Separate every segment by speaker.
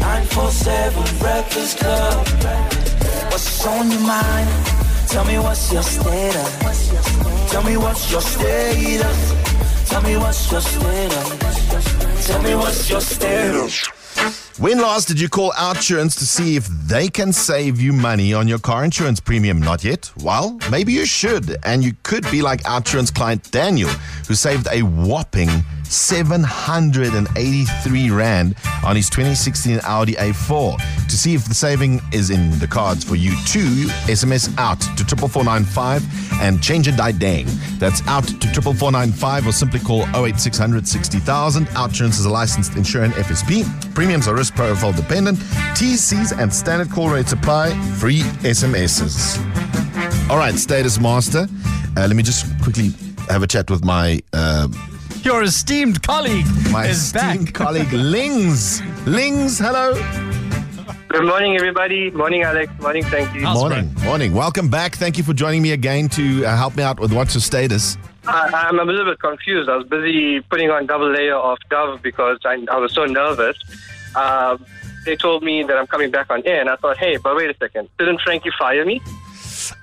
Speaker 1: 947 Breakfast Club. What's on your mind? Tell me what's your status. Tell me what's your status. Tell me what's your status. Tell me what's your status.
Speaker 2: When last did you call Outsurance to see if they can save you money on your car insurance premium? Not yet? Well, maybe you should. And you could be like Outsurance client Daniel, who saved a whopping 783 Rand on his 2016 Audi A4. To see if the saving is in the cards for you too, SMS out to 44495 and change a die dang. That's out to 44495 or simply call 08600 60000. Outsurance is a licensed insurer and FSP. Premiums are risk profile dependent. TCs and standard call rates apply. Free SMSs. All right, status master. Uh, let me just quickly have a chat with my uh,
Speaker 3: Your esteemed colleague
Speaker 2: my
Speaker 3: is
Speaker 2: esteemed
Speaker 3: back.
Speaker 2: colleague Lings. Lings, hello.
Speaker 4: Good morning, everybody. Morning, Alex. Morning, thank you.
Speaker 3: How's
Speaker 2: morning, morning. Welcome back. Thank you for joining me again to uh, help me out with what's your status.
Speaker 4: I, I'm a little bit confused. I was busy putting on double layer of Dove because I, I was so nervous. Uh, they told me that I'm coming back on air, and I thought, hey, but wait a second. Didn't Frankie fire me?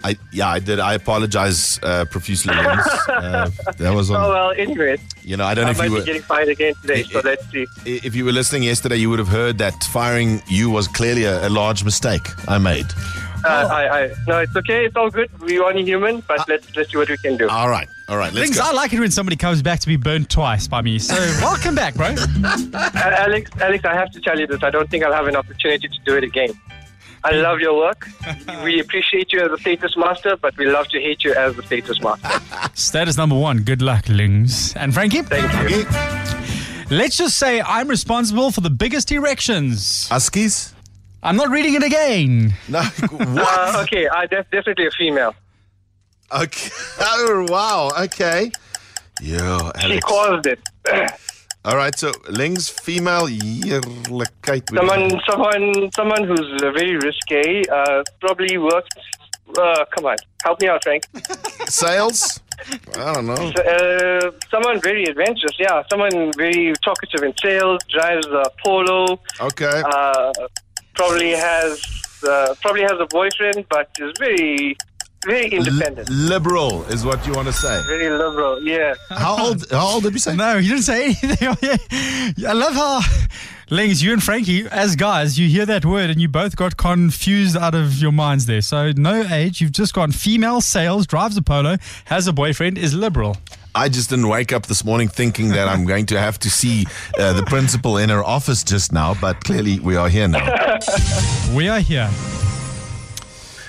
Speaker 2: I yeah, I did. I apologize uh, profusely. Lings. Uh, that was
Speaker 4: Oh,
Speaker 2: on.
Speaker 4: well, anyway,
Speaker 2: You know, I don't know
Speaker 4: I
Speaker 2: if
Speaker 4: might
Speaker 2: you
Speaker 4: be
Speaker 2: were Eh,
Speaker 4: getting fired again today,
Speaker 2: It-
Speaker 4: so
Speaker 2: it-
Speaker 4: let's see.
Speaker 2: if you were listening yesterday, you would have heard that firing you was clearly a, a large mistake I made.
Speaker 4: Uh, I, I, no, it's okay. It's all good. We're only human, but
Speaker 2: Uh,
Speaker 4: let's, let's see what we can do.
Speaker 2: All right, all right. Let's
Speaker 3: Things
Speaker 2: go.
Speaker 3: I like it when somebody comes back to be burnt twice by me. So welcome back, bro.
Speaker 4: Uh, Alex, Alex, I have to tell you this. I don't think I'll have an opportunity to do it again. I love your work. we appreciate you as a status master, but we love to hate you as the status master.
Speaker 3: Status number one. Good luck, Lings. And Frankie,
Speaker 4: Thank you.
Speaker 2: Eh,
Speaker 3: let's just say I'm responsible for the biggest erections.
Speaker 2: Huskies?
Speaker 3: I'm not reading it again.
Speaker 2: No.
Speaker 4: Uh,
Speaker 2: What?
Speaker 4: okay, I def- definitely a female.
Speaker 2: okay. Oh, wow. Okay. Yo,
Speaker 4: She
Speaker 2: Alex.
Speaker 4: caused it.
Speaker 2: All right. So, Ling's female yearlikheid.
Speaker 4: Someone, someone, someone who's uh, very risque. Uh, probably works. Uh, come on, help me out, Frank.
Speaker 2: Sales? I don't know.
Speaker 4: Uh, someone very adventurous. Yeah, someone very talkative in sales. Drives a polo.
Speaker 2: Okay.
Speaker 4: uh, probably has uh, probably has a boyfriend, but is very very independent,
Speaker 2: liberal is what you want to say.
Speaker 4: very liberal. Yeah,
Speaker 2: How old? How old did you say?
Speaker 3: No, you didn't say anything. Oh, I love how Lings, you and Frankie, as guys, you hear that word and you both got confused out of your minds there. So no age, you've just gone female sales, drives a polo, has a boyfriend, is liberal.
Speaker 2: I just didn't wake up this morning thinking that I'm going to have to see uh, the principal in her office just now, but clearly we are here now.
Speaker 3: We are here.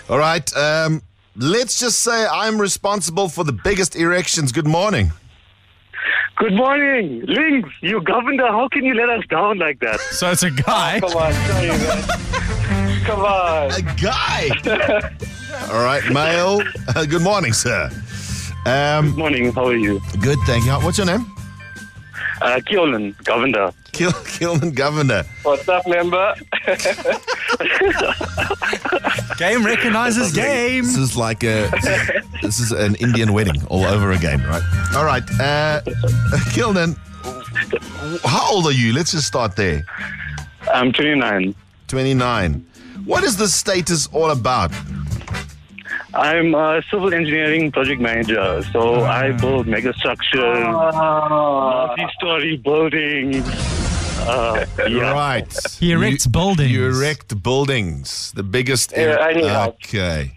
Speaker 2: All right. Um, let's just say I'm responsible for the biggest erections. Good morning.
Speaker 5: Good morning, Lynx. You governor, how can you let us down like that?
Speaker 3: So it's a guy.
Speaker 4: come on, sorry, man. come on.
Speaker 2: A guy. All right, male. Uh, good morning, sir. Um,
Speaker 5: Good morning, how are you?
Speaker 2: good, thank you. What's your name?
Speaker 5: Uh, Kiolan, governor.
Speaker 2: Kil- Kilman Governor.
Speaker 4: What's up, member?
Speaker 3: Game recognizes game.
Speaker 2: This is like a this is an Indian wedding all over again, right? All right, uh, Kilman. How old are you? Let's just start there.
Speaker 5: I'm 29.
Speaker 2: 29. What is this status all about?
Speaker 5: I'm a civil engineering project manager, so I build mega structures,
Speaker 4: Ah.
Speaker 5: multi-story buildings. Uh, yeah.
Speaker 2: Right.
Speaker 3: He erects buildings.
Speaker 2: You erect buildings. The biggest.
Speaker 4: Yeah, I need help.
Speaker 2: Okay.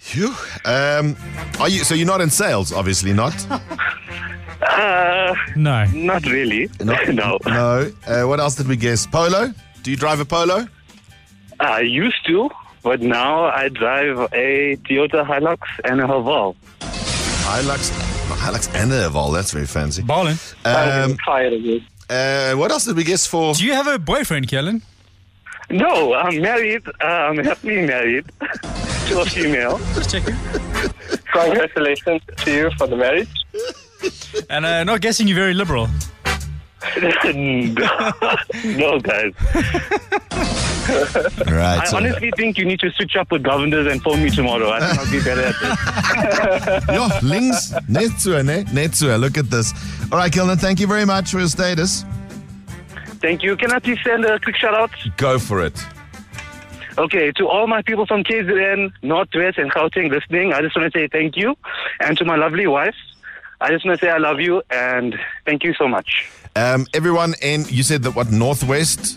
Speaker 2: Phew. Um, are you? So you're not in sales, obviously not.
Speaker 5: Uh,
Speaker 3: No.
Speaker 5: not really. no.
Speaker 2: No. Uh, what else did we guess? Polo. Do you drive a polo?
Speaker 5: I used to, but now I drive a Toyota Hilux and a Haval.
Speaker 2: Hilux. Hilux and a Eval. eh, That's very fancy.
Speaker 3: Bowling.
Speaker 4: I'm
Speaker 2: Um,
Speaker 4: tired of you.
Speaker 2: uh, what else did we guess for?
Speaker 3: Do you have a boyfriend, Kellen?
Speaker 5: No, I'm married. Uh, I'm happily married to a female.
Speaker 3: Just checking.
Speaker 4: Congratulations to you for the marriage.
Speaker 3: And uh, not guessing you're very liberal.
Speaker 5: no, guys.
Speaker 2: Right.
Speaker 5: I
Speaker 2: so-
Speaker 5: honestly think you need to switch up with governors and phone me tomorrow. I think I'll be better at this.
Speaker 2: Yo, links. Netsua, ne? Netsua. Look at this. All right, Kilner, thank you very much for your status.
Speaker 5: Thank you. Can I please send a quick shout out?
Speaker 2: Go for it.
Speaker 5: Okay, to all my people from KZN, Northwest, and Gauteng listening, I just want to say thank you. And to my lovely wife, I just want to say I love you and thank you so much.
Speaker 2: Um, everyone in, you said that what, Northwest?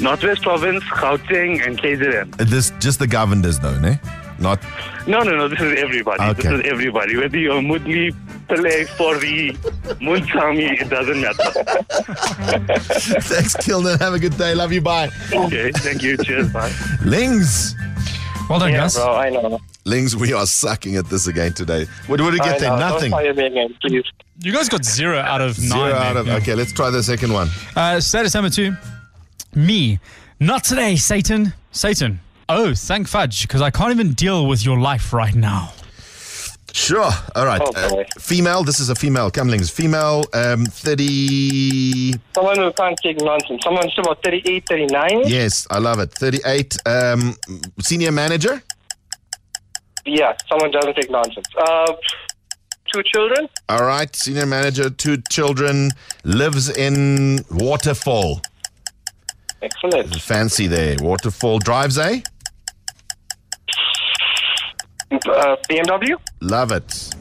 Speaker 5: Northwest Province, Gauteng, and KZN.
Speaker 2: This Just the governors, though, ne? Not.
Speaker 5: No, no, no, this is everybody.
Speaker 2: Okay.
Speaker 5: This is everybody. Whether you're Mudli, Pele, Fori, Munsami, it doesn't matter.
Speaker 2: Thanks, Kilner. Have a good day. Love you. Bye.
Speaker 5: Okay, thank you. Cheers. Bye.
Speaker 2: Lings.
Speaker 3: Well done,
Speaker 4: Yeah,
Speaker 3: guys.
Speaker 4: bro, I know.
Speaker 2: Lings, we are sucking at this again today. What do we get there?
Speaker 4: I know.
Speaker 2: Nothing.
Speaker 4: Don't fire me again, please.
Speaker 3: You guys got zero out of
Speaker 2: Zero
Speaker 3: nine.
Speaker 2: out
Speaker 3: man.
Speaker 2: of.
Speaker 3: Yeah.
Speaker 2: Okay, let's try the second one.
Speaker 3: Uh, status number two. Me. Not today, Satan. Satan. Oh, thank fudge, because I can't even deal with your life right now.
Speaker 2: Sure. All right.
Speaker 4: Oh, boy.
Speaker 2: female. This is a female. Come, Lings. Female, um, 30.
Speaker 4: Someone who can't take nonsense. Someone who's about 38, 39.
Speaker 2: Yes, I love it. 38. Um, senior manager.
Speaker 4: Yeah, someone doesn't take nonsense. Uh, two children.
Speaker 2: All right. Senior manager, two children, lives in Waterfall.
Speaker 4: Excellent.
Speaker 2: Fancy there. Waterfall. Drives, eh?
Speaker 4: Uh, BMW.
Speaker 2: Love it.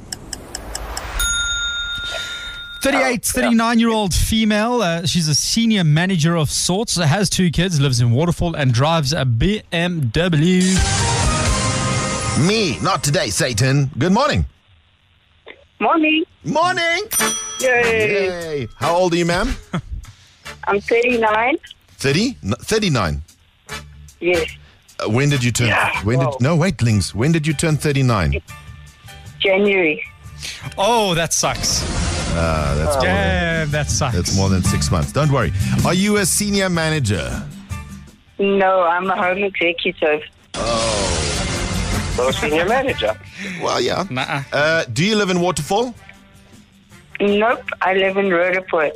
Speaker 2: Oh,
Speaker 3: 38, 39 year old female. Uh, she's a senior manager of sorts, has two kids, lives in Waterfall, and drives a BMW.
Speaker 2: Me. Not today, Satan. Good morning.
Speaker 6: Morning.
Speaker 2: Morning.
Speaker 6: Yay.
Speaker 2: Yay. How old are you, ma'am?
Speaker 6: I'm 39.
Speaker 2: 30? No, 39.
Speaker 6: Yes.
Speaker 2: Uh, when did you turn? when did, no, wait, Lings. When did you turn 39?
Speaker 6: January.
Speaker 3: Oh, that sucks.
Speaker 2: Ah, that's more than-
Speaker 3: Damn, that sucks.
Speaker 2: That's more than six months. Don't worry. Are you a senior manager?
Speaker 6: No, I'm a home executive.
Speaker 4: So senior manager.
Speaker 2: Well, yeah.
Speaker 3: Nuh-uh.
Speaker 2: Uh, do you live in Waterfall?
Speaker 6: Nope, I live in Rhodoport.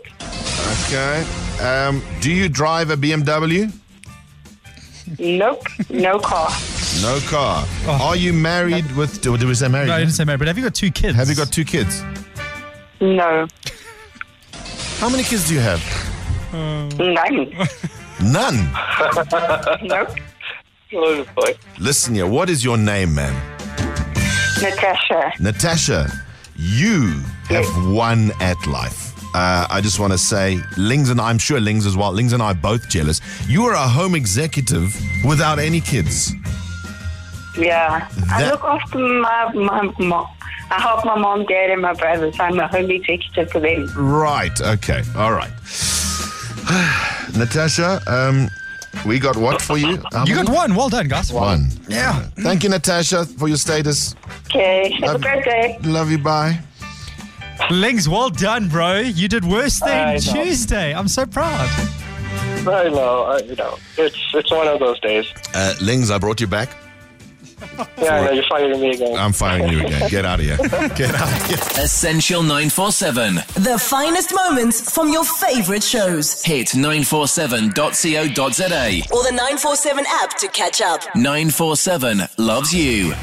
Speaker 2: Okay. Um, do you drive a BMW?
Speaker 6: Nope, no car.
Speaker 2: No car. Are you married with? Did we say married?
Speaker 3: No, I didn't say married, but have you got two kids?
Speaker 2: Have you got two kids?
Speaker 6: No,
Speaker 2: How many kids do you have?
Speaker 6: none.
Speaker 2: None.
Speaker 6: nope.
Speaker 4: Oh, boy.
Speaker 2: Listen here. What is your name, ma'am?
Speaker 6: Natasha.
Speaker 2: Natasha, you have won at life. Uh, I just want to say, Lings and I'm sure Lings as well. Lings and I are both jealous. You are a home executive without any kids.
Speaker 6: Yeah. I
Speaker 2: That-
Speaker 6: look after my, my mom. I help my mom, dad, and my brothers. I'm a home executive for them.
Speaker 2: Right. Okay. All right. Natasha, um, we got what for you? How
Speaker 3: You
Speaker 2: many?
Speaker 3: got one. Well done, guys.
Speaker 2: One.
Speaker 3: Yeah.
Speaker 2: Thank you, Natasha, for your status.
Speaker 6: Okay, have
Speaker 2: Um,
Speaker 6: a great day.
Speaker 2: Love you. Bye.
Speaker 3: Lings, well done, bro. You did worse than
Speaker 4: I know.
Speaker 3: Tuesday. I'm so proud.
Speaker 4: I know. I, you know. It's it's one of those days.
Speaker 2: Uh, Lings, I brought you back.
Speaker 4: Yeah, I know. You're firing me again.
Speaker 2: I'm firing you again. Get out of here. Get out of here.
Speaker 7: Essential 947.
Speaker 8: The finest moments from your favorite shows.
Speaker 7: Hit 947.co.za.
Speaker 8: Or the 947 app to catch up.
Speaker 7: 947 loves you.